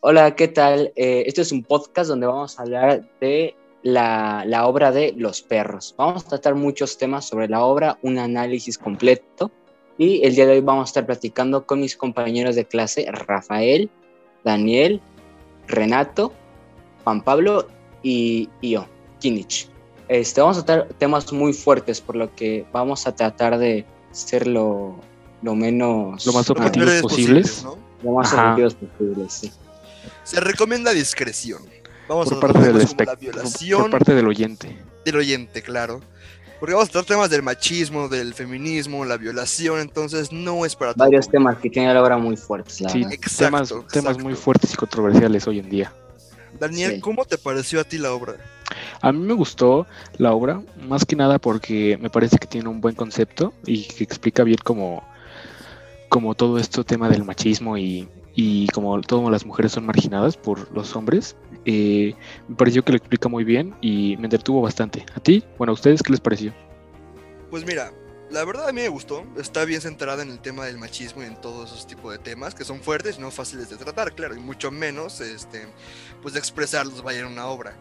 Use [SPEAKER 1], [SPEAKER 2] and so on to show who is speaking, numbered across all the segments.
[SPEAKER 1] Hola, ¿qué tal? Eh, este es un podcast donde vamos a hablar de la, la, obra de Los Perros. Vamos a tratar muchos temas sobre la obra, un análisis completo. Y el día de hoy vamos a estar platicando con mis compañeros de clase, Rafael, Daniel, Renato, Juan Pablo y, y yo, Kinich. Este, vamos a tratar temas muy fuertes, por lo que vamos a tratar de ser lo, lo menos...
[SPEAKER 2] Lo más objetivos posibles. posibles
[SPEAKER 1] ¿no? Lo más objetivos posibles, sí.
[SPEAKER 3] Se recomienda discreción. Vamos
[SPEAKER 2] por
[SPEAKER 3] a
[SPEAKER 2] parte
[SPEAKER 3] tratar
[SPEAKER 2] del
[SPEAKER 3] temas como la
[SPEAKER 2] espect-
[SPEAKER 3] violación
[SPEAKER 2] Por parte del oyente.
[SPEAKER 3] del oyente, claro. Porque vamos a tratar temas del machismo, del feminismo, la violación, entonces no es para todo.
[SPEAKER 1] Varios temas que tiene la obra muy fuertes, la
[SPEAKER 2] Sí,
[SPEAKER 1] verdad.
[SPEAKER 3] Exacto,
[SPEAKER 2] temas,
[SPEAKER 3] exacto.
[SPEAKER 2] temas muy fuertes y controversiales hoy en día.
[SPEAKER 3] Daniel,
[SPEAKER 1] Sí.
[SPEAKER 3] ¿cómo te pareció a ti la obra?
[SPEAKER 2] A mí me gustó la obra, más que nada porque me parece que tiene un buen concepto y que explica bien como, como todo este tema del machismo y, y como todas las mujeres son marginadas por los hombres. Eh, me pareció que lo explica muy bien y me entretuvo bastante. ¿A ti? Bueno, ¿a ustedes qué les pareció?
[SPEAKER 3] Pues mira, la verdad a mí me gustó. Está bien centrada en el tema del machismo y en todos esos tipos de temas que son fuertes y no fáciles de tratar, claro, y mucho menos este, pues de expresarlos vaya en una obra.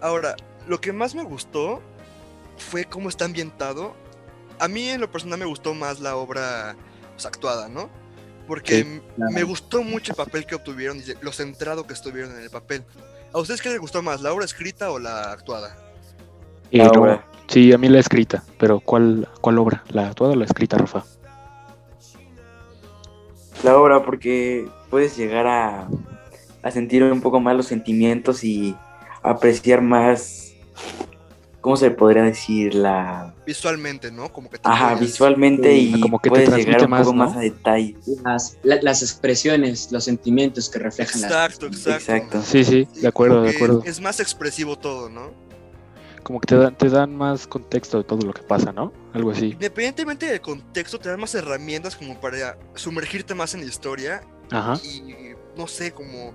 [SPEAKER 3] Ahora, lo que más me gustó fue cómo está ambientado. A mí en lo personal me gustó más la obra pues, actuada, ¿no? Porque
[SPEAKER 2] Sí,
[SPEAKER 1] claro.
[SPEAKER 3] me gustó mucho el papel que obtuvieron y lo centrado que estuvieron en el papel. ¿A ustedes qué les gustó más, la obra escrita o la actuada?
[SPEAKER 2] Eh,
[SPEAKER 1] La
[SPEAKER 2] no,
[SPEAKER 1] obra.
[SPEAKER 2] sí, a mí la escrita, pero ¿cuál, cuál obra? ¿La actuada o la escrita, Rafa?
[SPEAKER 4] la obra porque puedes llegar a, a sentir un poco más los sentimientos y apreciar más, ¿cómo se podría decir? La,
[SPEAKER 3] Visualmente, ¿no? Como que te
[SPEAKER 4] ajá,
[SPEAKER 3] envuelves.
[SPEAKER 4] visualmente
[SPEAKER 1] Sí,
[SPEAKER 4] y
[SPEAKER 2] como que te
[SPEAKER 4] puedes
[SPEAKER 2] transmite
[SPEAKER 4] llegar un
[SPEAKER 2] más,
[SPEAKER 4] poco
[SPEAKER 2] ¿no?
[SPEAKER 4] más a detalle.
[SPEAKER 1] Las, la- las expresiones, los sentimientos que reflejan las
[SPEAKER 3] Exacto, exacto.
[SPEAKER 4] Exacto.
[SPEAKER 2] Sí, sí, de acuerdo,
[SPEAKER 3] como
[SPEAKER 2] de
[SPEAKER 3] que
[SPEAKER 2] acuerdo.
[SPEAKER 3] Es más expresivo todo, ¿no?
[SPEAKER 2] Como que te dan, te dan más contexto de todo lo que pasa, ¿no? Algo así.
[SPEAKER 3] Independientemente del contexto, te dan más herramientas como para sumergirte más en la historia
[SPEAKER 2] Ajá.
[SPEAKER 3] y, no sé, como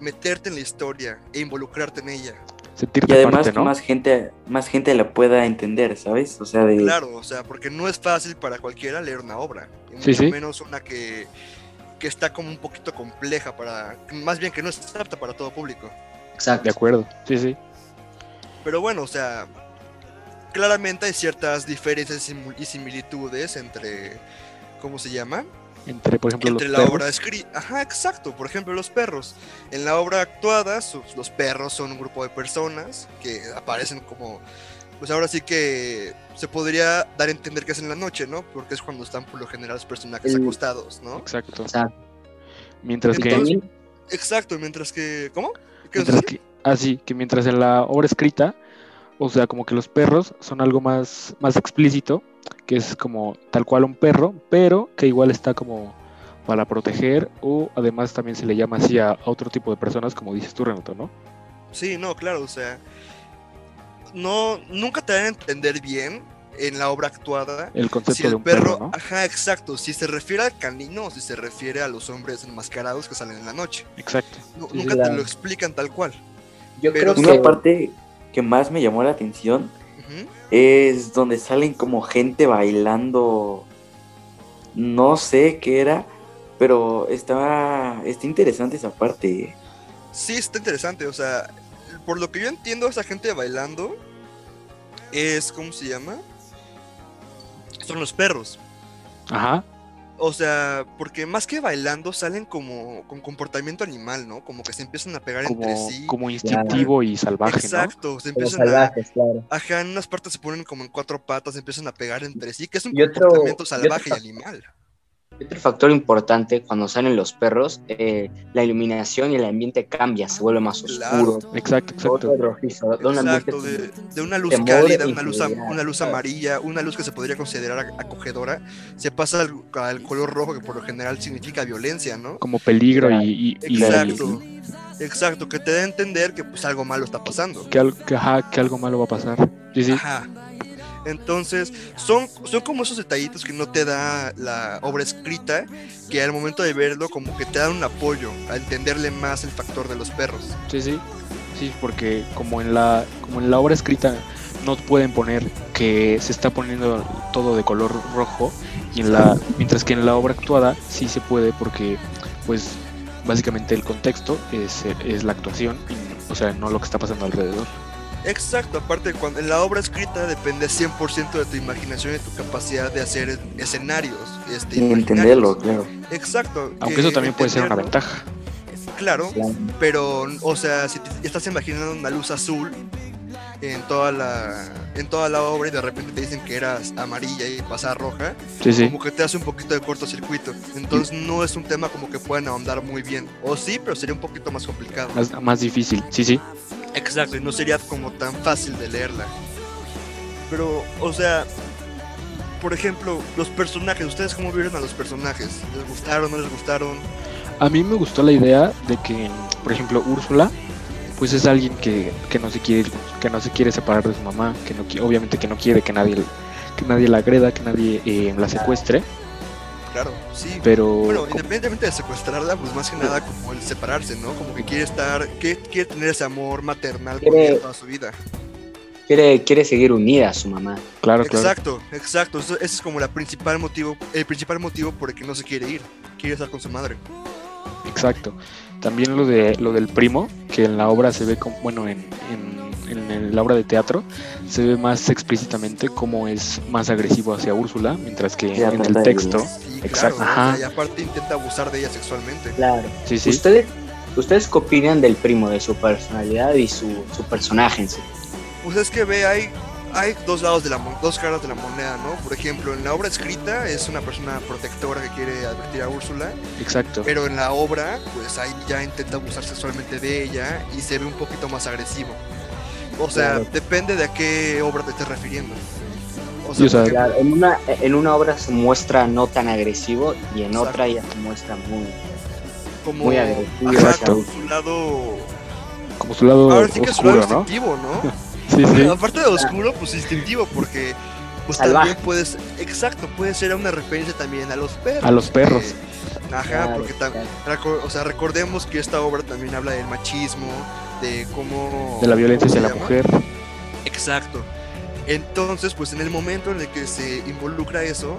[SPEAKER 3] meterte en la historia e involucrarte en ella.
[SPEAKER 2] Sentirte
[SPEAKER 4] Y además
[SPEAKER 2] parte,
[SPEAKER 4] que
[SPEAKER 2] ¿no?
[SPEAKER 4] más gente, más gente la pueda entender, ¿sabes? O sea, de
[SPEAKER 3] Claro, o sea, porque no es fácil para cualquiera leer una obra, y
[SPEAKER 2] Sí,
[SPEAKER 3] mucho
[SPEAKER 2] sí.
[SPEAKER 3] menos una que, que está como un poquito compleja para, más bien que no es apta para todo público.
[SPEAKER 2] De
[SPEAKER 1] Exacto.
[SPEAKER 2] acuerdo, sí, sí.
[SPEAKER 3] Pero bueno, o sea, claramente hay ciertas diferencias y simul- y similitudes entre, ¿cómo se llama?
[SPEAKER 2] Entre, por ejemplo,
[SPEAKER 3] entre
[SPEAKER 2] los
[SPEAKER 3] la
[SPEAKER 2] perros.
[SPEAKER 3] obra escrita. Ajá, exacto. Por ejemplo, los perros. En la obra actuada, sus- los perros son un grupo de personas que aparecen como. Pues ahora sí que se podría dar a entender que es en la noche, ¿no? Porque es cuando están por lo general los personajes
[SPEAKER 1] El-
[SPEAKER 3] acostados, ¿no?
[SPEAKER 2] Exacto.
[SPEAKER 1] Exacto.
[SPEAKER 2] Mientras
[SPEAKER 1] Y
[SPEAKER 2] que,
[SPEAKER 3] Entonces,
[SPEAKER 1] también
[SPEAKER 3] Exacto, mientras que. ¿Cómo? ¿Qué
[SPEAKER 2] mientras
[SPEAKER 3] decir?
[SPEAKER 2] que, así que mientras en la obra escrita, o sea, como que los perros son algo más, más explícito, que es como tal cual un perro, pero que igual está como para proteger o además también se le llama así a, a otro tipo de personas, como dices tú, Renato, ¿no?
[SPEAKER 3] Sí, no, claro, o sea. No, nunca te van a entender bien en la obra actuada
[SPEAKER 2] El concepto
[SPEAKER 3] si
[SPEAKER 2] de
[SPEAKER 3] el
[SPEAKER 2] un perro,
[SPEAKER 3] perro,
[SPEAKER 2] ¿no?
[SPEAKER 3] ajá, exacto, si se refiere al canino o si se refiere a los hombres enmascarados que salen en la noche.
[SPEAKER 2] Exacto.
[SPEAKER 3] Nu-
[SPEAKER 2] Sí,
[SPEAKER 3] nunca
[SPEAKER 1] sí,
[SPEAKER 3] te
[SPEAKER 1] la-
[SPEAKER 3] lo explican tal cual.
[SPEAKER 1] yo
[SPEAKER 3] pero
[SPEAKER 1] creo
[SPEAKER 3] sí.
[SPEAKER 1] que...
[SPEAKER 4] una parte que más me llamó la atención
[SPEAKER 3] Ujú.
[SPEAKER 4] es donde salen como gente bailando. No sé qué era, pero estaba está interesante esa parte. ¿eh?
[SPEAKER 3] Sí, está interesante, o sea, por lo que yo entiendo, esa gente bailando es, ¿cómo se llama? Son los perros.
[SPEAKER 2] Ajá.
[SPEAKER 3] O sea, porque más que bailando salen como con comportamiento animal, ¿no? Como que se empiezan a pegar entre
[SPEAKER 2] Como,
[SPEAKER 3] sí.
[SPEAKER 2] como instintivo y salvaje,
[SPEAKER 3] Exacto, se
[SPEAKER 1] Como
[SPEAKER 3] empiezan a...
[SPEAKER 1] salvajes, claro.
[SPEAKER 3] Ajá, en unas partes se ponen como en cuatro patas, se empiezan a pegar entre sí, que es un
[SPEAKER 1] Y otro-
[SPEAKER 3] comportamiento
[SPEAKER 1] y
[SPEAKER 3] salvaje y
[SPEAKER 1] otro-
[SPEAKER 3] animal.
[SPEAKER 1] Otro factor importante cuando salen los perros, eh, la iluminación y el ambiente cambia, se vuelve más oscuro,
[SPEAKER 2] ¿no? Exacto,
[SPEAKER 1] todo
[SPEAKER 2] exacto.
[SPEAKER 1] es rojizo, da un ambiente
[SPEAKER 3] Exacto, de, de una luz
[SPEAKER 1] temor
[SPEAKER 3] cálida,
[SPEAKER 1] e
[SPEAKER 3] una luz, am-
[SPEAKER 1] inseguridad,
[SPEAKER 3] una luz
[SPEAKER 1] claro.
[SPEAKER 3] amarilla, una luz que se podría considerar ac- acogedora, se pasa al, al color rojo, que por lo general significa violencia, ¿no?
[SPEAKER 2] Como peligro y, y- y-
[SPEAKER 3] Exacto, exacto, que te da a entender que pues algo malo está pasando.
[SPEAKER 2] que, al- que, ajá, que algo malo va a pasar. Sí, sí.
[SPEAKER 3] Ajá. Entonces, son, son como esos detallitos que no te da la obra escrita, que al momento de verlo como que te dan un apoyo a entenderle más el factor de los perros.
[SPEAKER 2] Sí, sí. Sí, porque como en la como en la obra escrita no pueden poner que se está poniendo todo de color rojo y en la mientras que en la obra actuada sí se puede porque pues básicamente el contexto es, es la actuación, y, o sea, no lo que está pasando alrededor.
[SPEAKER 3] Exacto, aparte cuando en la obra escrita depende 100% de tu imaginación y tu capacidad de hacer escenarios. Este,
[SPEAKER 4] Y entenderlo, claro.
[SPEAKER 3] imaginarios. Exacto.
[SPEAKER 2] Aunque
[SPEAKER 3] que
[SPEAKER 2] eso también puede ser una
[SPEAKER 3] entenderlo,
[SPEAKER 2] ventaja.
[SPEAKER 3] Claro,
[SPEAKER 4] claro.
[SPEAKER 3] pero o sea, si te estás imaginando una luz azul en toda la en toda la obra y de repente te dicen que era amarilla y pasa a roja,
[SPEAKER 2] Sí, sí.
[SPEAKER 3] como que te hace un poquito de cortocircuito. Entonces no es un tema como que puedan ahondar muy bien. O sí, pero sería un poquito más complicado.
[SPEAKER 2] Más, más difícil. Sí, sí.
[SPEAKER 3] Exacto, y no sería como tan fácil de leerla. Pero, o sea, por ejemplo, los personajes, ¿ustedes cómo vieron a los personajes? ¿Les gustaron, no les gustaron?
[SPEAKER 2] A mí me gustó la idea de que, por ejemplo, Úrsula, pues es alguien que, que no se quiere que no se quiere separar de su mamá, que no qui- obviamente que no quiere que nadie que nadie la agreda, que nadie eh, la secuestre,
[SPEAKER 3] Claro, sí.
[SPEAKER 2] pero
[SPEAKER 3] Bueno,
[SPEAKER 2] como-
[SPEAKER 3] independientemente de secuestrarla, pues más que nada como el separarse, ¿no? Como que quiere estar, que quiere tener ese amor maternal con
[SPEAKER 1] Quiere-
[SPEAKER 3] ella toda su vida.
[SPEAKER 1] Quiere, quiere seguir unida a su mamá.
[SPEAKER 2] claro, claro.
[SPEAKER 3] Exacto, exacto. Eso- ese es como la principal motivo, el principal motivo por el que no se quiere ir. Quiere estar con su madre.
[SPEAKER 2] Exacto. También lo de lo del primo, que en la obra se ve como, bueno, en, en- en el- la obra de teatro se ve más explícitamente cómo es más agresivo hacia Úrsula, mientras que
[SPEAKER 4] Sí,
[SPEAKER 2] en
[SPEAKER 4] trata
[SPEAKER 2] el
[SPEAKER 4] de
[SPEAKER 2] texto,
[SPEAKER 4] violencia.
[SPEAKER 3] Sí,
[SPEAKER 2] Exacto,
[SPEAKER 3] claro. ¿no? O
[SPEAKER 2] ajá.
[SPEAKER 3] sea, y aparte intenta abusar de ella sexualmente.
[SPEAKER 1] Claro.
[SPEAKER 2] sí, sí,
[SPEAKER 1] ¿Ustedes, ¿Ustedes qué opinan del primo, de su personalidad y su, su personaje en sí?
[SPEAKER 3] Pues es que ve, hay, hay dos lados de la mon- dos caras de la moneda, ¿no? Por ejemplo, en la obra escrita es una persona protectora que quiere advertir a Úrsula,
[SPEAKER 2] exacto.
[SPEAKER 3] pero en la obra, pues ahí ya intenta abusar sexualmente de ella y se ve un poquito más agresivo. O sea,
[SPEAKER 1] Claro.
[SPEAKER 3] depende de a qué obra te estés refiriendo. O
[SPEAKER 2] Sí, o sea,
[SPEAKER 3] por ejemplo,
[SPEAKER 1] Claro, en una, en una obra se muestra no tan agresivo y en
[SPEAKER 3] Exacto.
[SPEAKER 1] otra ya se muestra muy...
[SPEAKER 3] como
[SPEAKER 1] muy agresivo,
[SPEAKER 3] ajá,
[SPEAKER 2] exacto.
[SPEAKER 3] como su lado,
[SPEAKER 2] Como su lado
[SPEAKER 3] ahora sí que su lado
[SPEAKER 2] oscuro, ¿no?
[SPEAKER 3] instintivo, ¿no?
[SPEAKER 2] Sí, sí.
[SPEAKER 3] Aparte de oscuro, pues instintivo, porque pues
[SPEAKER 1] Salvaje.
[SPEAKER 3] también puedes, exacto, puede ser una referencia también a los perros.
[SPEAKER 2] A los perros.
[SPEAKER 3] que- ajá,
[SPEAKER 1] Claro,
[SPEAKER 3] porque también,
[SPEAKER 1] claro.
[SPEAKER 3] o sea, recordemos que esta obra también habla del machismo, de cómo...
[SPEAKER 2] De la violencia
[SPEAKER 3] ¿cómo se
[SPEAKER 2] hacia la
[SPEAKER 3] llama?
[SPEAKER 2] mujer.
[SPEAKER 3] Exacto. Entonces, pues en el momento en el que se involucra eso,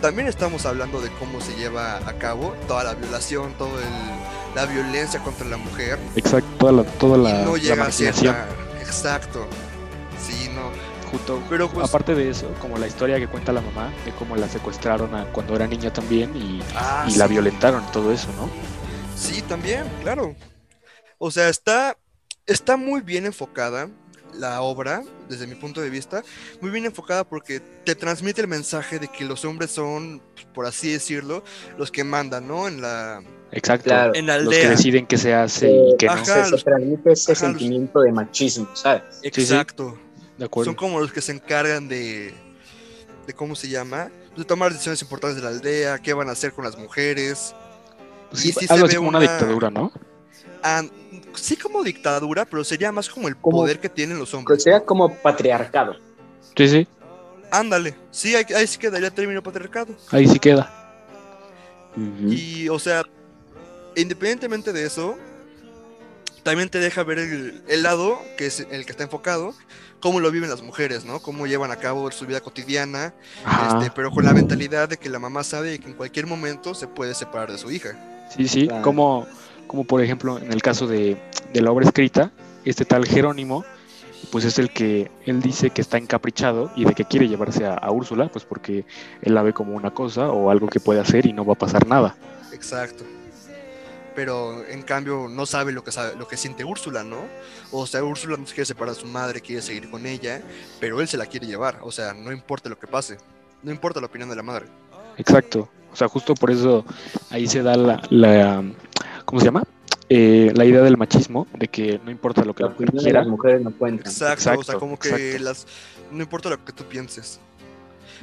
[SPEAKER 3] también estamos hablando de cómo se lleva a cabo toda la violación, toda la violencia contra la mujer,
[SPEAKER 2] Exacto, toda la, toda la,
[SPEAKER 3] y no
[SPEAKER 2] la
[SPEAKER 3] llega a ser...
[SPEAKER 2] marginación.
[SPEAKER 3] tan- Exacto. Sí, no.
[SPEAKER 2] Junto-
[SPEAKER 3] Pero pues...
[SPEAKER 2] Aparte de eso, como la historia que cuenta la mamá, de cómo la secuestraron a- cuando era niña también y,
[SPEAKER 3] ah,
[SPEAKER 2] y la
[SPEAKER 3] sí.
[SPEAKER 2] violentaron, todo eso, ¿no?
[SPEAKER 3] Sí, también, claro. O sea, está, está muy bien enfocada la obra, desde mi punto de vista, muy bien enfocada porque te transmite el mensaje de que los hombres son, pues, por así decirlo, los que mandan, ¿no? En la,
[SPEAKER 2] Exacto.
[SPEAKER 1] Claro.
[SPEAKER 3] en la
[SPEAKER 2] Los que
[SPEAKER 3] aldea.
[SPEAKER 2] deciden qué se hace y qué no.
[SPEAKER 3] Eh, Ajá,
[SPEAKER 1] se,
[SPEAKER 3] los-
[SPEAKER 1] se transmite ese
[SPEAKER 3] ajá, los-
[SPEAKER 1] sentimiento de machismo, ¿sabes?
[SPEAKER 2] sí.
[SPEAKER 3] Exacto.
[SPEAKER 2] De acuerdo.
[SPEAKER 3] Son como los que se encargan de, de ¿cómo se llama? De tomar decisiones importantes de la aldea, qué van a hacer con las mujeres.
[SPEAKER 2] Sí,
[SPEAKER 3] y sí
[SPEAKER 2] algo Pues, así
[SPEAKER 3] se ve
[SPEAKER 2] como una
[SPEAKER 3] una-
[SPEAKER 2] dictadura, ¿no?
[SPEAKER 3] Ah, sí como dictadura, pero sería más como el
[SPEAKER 1] Como-
[SPEAKER 3] poder que tienen los
[SPEAKER 1] Pero
[SPEAKER 3] hombres.
[SPEAKER 1] sería como patriarcado.
[SPEAKER 2] Sí, sí,
[SPEAKER 3] Ándale, sí, ahí, ahí sí quedaría término patriarcado.
[SPEAKER 2] ahí sí queda.
[SPEAKER 3] Y, o sea, independientemente de eso, también te deja ver el, el lado que es el que está enfocado, cómo lo viven las mujeres, ¿no? Cómo llevan a cabo su vida cotidiana,
[SPEAKER 2] Ajá.
[SPEAKER 3] este, pero con la mentalidad de que la mamá sabe que en cualquier momento se puede separar de su hija.
[SPEAKER 2] Sí, sí,
[SPEAKER 1] Claro.
[SPEAKER 2] como, como por ejemplo en el caso de, de la obra escrita, este tal Jerónimo, pues es el que él dice que está encaprichado y de que quiere llevarse a, a Úrsula, pues porque él la ve como una cosa o algo que puede hacer y no va a pasar nada.
[SPEAKER 3] Exacto. Pero en cambio no sabe lo que sabe, lo que siente Úrsula, ¿no? O sea, Úrsula no se quiere separar de su madre, quiere seguir con ella, pero él se la quiere llevar. O sea, no importa lo que pase, no importa la opinión de la madre.
[SPEAKER 2] Exacto. O sea, justo por eso ahí se da la, la ¿cómo se llama? Eh, la idea del machismo, de que no importa lo que
[SPEAKER 1] La
[SPEAKER 2] la mujer
[SPEAKER 1] opinión de las
[SPEAKER 2] quiera.
[SPEAKER 1] mujeres no cuentan.
[SPEAKER 3] Exacto, o sea,
[SPEAKER 2] Exacto,
[SPEAKER 3] como que
[SPEAKER 2] exacto.
[SPEAKER 3] las no importa lo que tú pienses.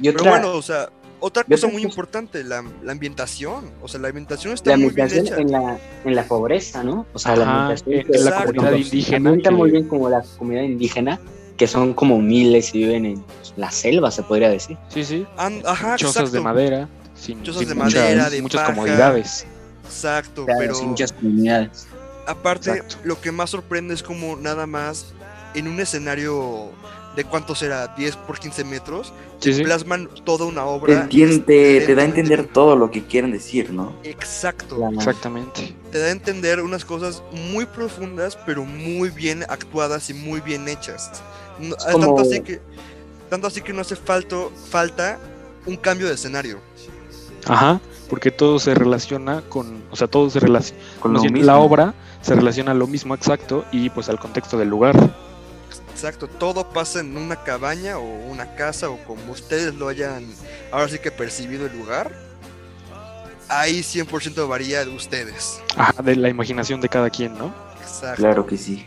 [SPEAKER 1] Y otra,
[SPEAKER 3] Pero bueno, o sea, otra
[SPEAKER 1] yo
[SPEAKER 3] cosa
[SPEAKER 1] creo
[SPEAKER 3] muy
[SPEAKER 1] que-
[SPEAKER 3] importante, la, la ambientación, o sea, la ambientación está
[SPEAKER 1] la
[SPEAKER 3] muy bien
[SPEAKER 1] ambientación
[SPEAKER 3] hecha.
[SPEAKER 1] en la, en la pobreza, ¿no? O sea,
[SPEAKER 2] Ajá,
[SPEAKER 1] la ambientación
[SPEAKER 2] en-
[SPEAKER 1] que-
[SPEAKER 2] en la
[SPEAKER 3] Exacto.
[SPEAKER 2] comunidad indígena.
[SPEAKER 1] ambienta
[SPEAKER 2] que-
[SPEAKER 1] muy bien como la comunidad indígena, que son como humildes y viven en la selva, se podría decir.
[SPEAKER 2] Sí, sí.
[SPEAKER 3] An- Ajá,
[SPEAKER 2] Chozas
[SPEAKER 3] exacto,
[SPEAKER 2] de madera, sin,
[SPEAKER 3] Chozas
[SPEAKER 2] sin
[SPEAKER 3] de
[SPEAKER 2] muchas,
[SPEAKER 3] madera, de
[SPEAKER 2] muchas
[SPEAKER 3] paja.
[SPEAKER 2] comodidades.
[SPEAKER 3] exacto,
[SPEAKER 1] O sea,
[SPEAKER 3] pero
[SPEAKER 1] son muchas comunidades.
[SPEAKER 3] aparte
[SPEAKER 2] Exacto.
[SPEAKER 3] lo que más sorprende es como nada más en un escenario de cuánto será, 10 por 15 metros,
[SPEAKER 2] Sí, sí.
[SPEAKER 3] plasman toda una
[SPEAKER 4] Te,
[SPEAKER 3] obra.
[SPEAKER 4] entiende, te da a
[SPEAKER 3] excelentemente-
[SPEAKER 4] entender todo lo que quieren decir, ¿no?
[SPEAKER 3] Exacto.
[SPEAKER 2] Exactamente.
[SPEAKER 3] te da a entender unas cosas muy profundas, pero muy bien actuadas y muy bien hechas. No-
[SPEAKER 1] Es como-
[SPEAKER 3] tanto, así que, tanto así que no hace falto, falta un cambio de escenario.
[SPEAKER 2] Ajá, porque todo se relaciona con, o sea, todo se relaciona,
[SPEAKER 4] Con lo mismo.
[SPEAKER 2] la obra se relaciona a lo mismo exacto y pues al contexto del lugar.
[SPEAKER 3] Exacto, todo pasa en una cabaña o una casa o como ustedes lo hayan ahora sí que percibido el lugar. Ahí 100% varía de ustedes.
[SPEAKER 2] Ajá, de la imaginación de cada quien, ¿no?
[SPEAKER 3] Exacto. Pues
[SPEAKER 4] Claro que sí.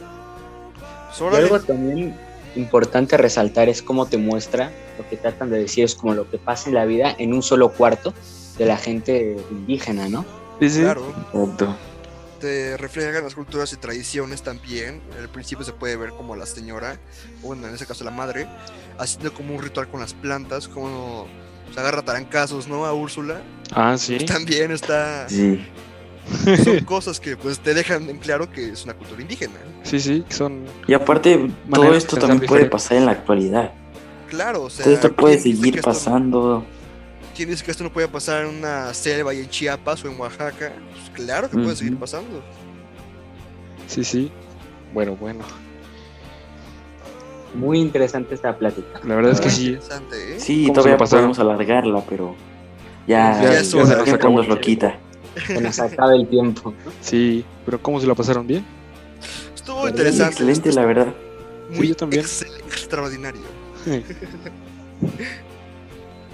[SPEAKER 1] Y
[SPEAKER 3] Solo
[SPEAKER 1] algo también importante resaltar es cómo te muestra lo que tratan de decir, es como lo que pasa en la vida en un solo cuarto de la gente indígena, ¿no?
[SPEAKER 3] claro,
[SPEAKER 4] Exacto.
[SPEAKER 3] te reflejan las culturas y tradiciones también. Al principio se puede ver como la señora, o bueno, en ese caso la madre, haciendo como un ritual con las plantas, como se agarra tarancazos, ¿no? A Úrsula.
[SPEAKER 2] Ah, sí.
[SPEAKER 3] También está...
[SPEAKER 4] Sí.
[SPEAKER 3] Son cosas que pues te dejan en claro que es una cultura indígena.
[SPEAKER 2] Sí, sí, son
[SPEAKER 4] Y aparte, todo
[SPEAKER 2] de
[SPEAKER 4] esto
[SPEAKER 2] pensar
[SPEAKER 4] también puede
[SPEAKER 2] diferente.
[SPEAKER 4] pasar en la actualidad.
[SPEAKER 3] Claro, o sea...
[SPEAKER 4] Todo esto puede
[SPEAKER 3] ¿quién dice que
[SPEAKER 4] seguir
[SPEAKER 3] esto no-
[SPEAKER 4] pasando.
[SPEAKER 3] ¿Quién dice que esto no puede pasar en una selva y en Chiapas o en Oaxaca? Pues, claro que puede seguir
[SPEAKER 4] Ujú.
[SPEAKER 3] pasando.
[SPEAKER 2] Sí, sí. Bueno, bueno.
[SPEAKER 1] Muy interesante esta plática.
[SPEAKER 2] La verdad es que
[SPEAKER 3] Muy
[SPEAKER 2] sí.
[SPEAKER 3] Interesante, ¿eh?
[SPEAKER 4] Sí,
[SPEAKER 2] ¿Cómo se
[SPEAKER 4] todavía
[SPEAKER 2] la pasaron?
[SPEAKER 4] podemos alargarla, pero ya,
[SPEAKER 3] Ya
[SPEAKER 4] ya,
[SPEAKER 3] es hora.
[SPEAKER 4] el tiempo nos lo quita.
[SPEAKER 1] Se nos acaba el tiempo.
[SPEAKER 2] Sí, pero ¿cómo se la pasaron bien?
[SPEAKER 3] Estuvo
[SPEAKER 1] Sí,
[SPEAKER 3] interesante.
[SPEAKER 4] Excelente, la verdad.
[SPEAKER 3] Muy
[SPEAKER 2] yo también.
[SPEAKER 3] excel- extraordinario.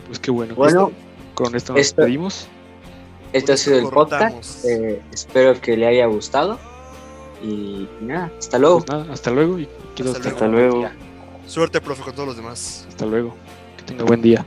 [SPEAKER 2] Pues qué bueno.
[SPEAKER 1] Bueno,
[SPEAKER 2] con esto nos
[SPEAKER 1] esto-
[SPEAKER 2] despedimos.
[SPEAKER 1] este ha sido el podcast.
[SPEAKER 3] Cortamos.
[SPEAKER 1] Eh, espero que le haya gustado. Y nada, hasta luego.
[SPEAKER 4] Oh.
[SPEAKER 2] Pues nada, hasta luego y quiero
[SPEAKER 3] Hasta
[SPEAKER 2] estar-
[SPEAKER 4] Hasta luego.
[SPEAKER 3] Suerte, profe, con todos los demás.
[SPEAKER 2] Hasta luego. Que tenga buen día.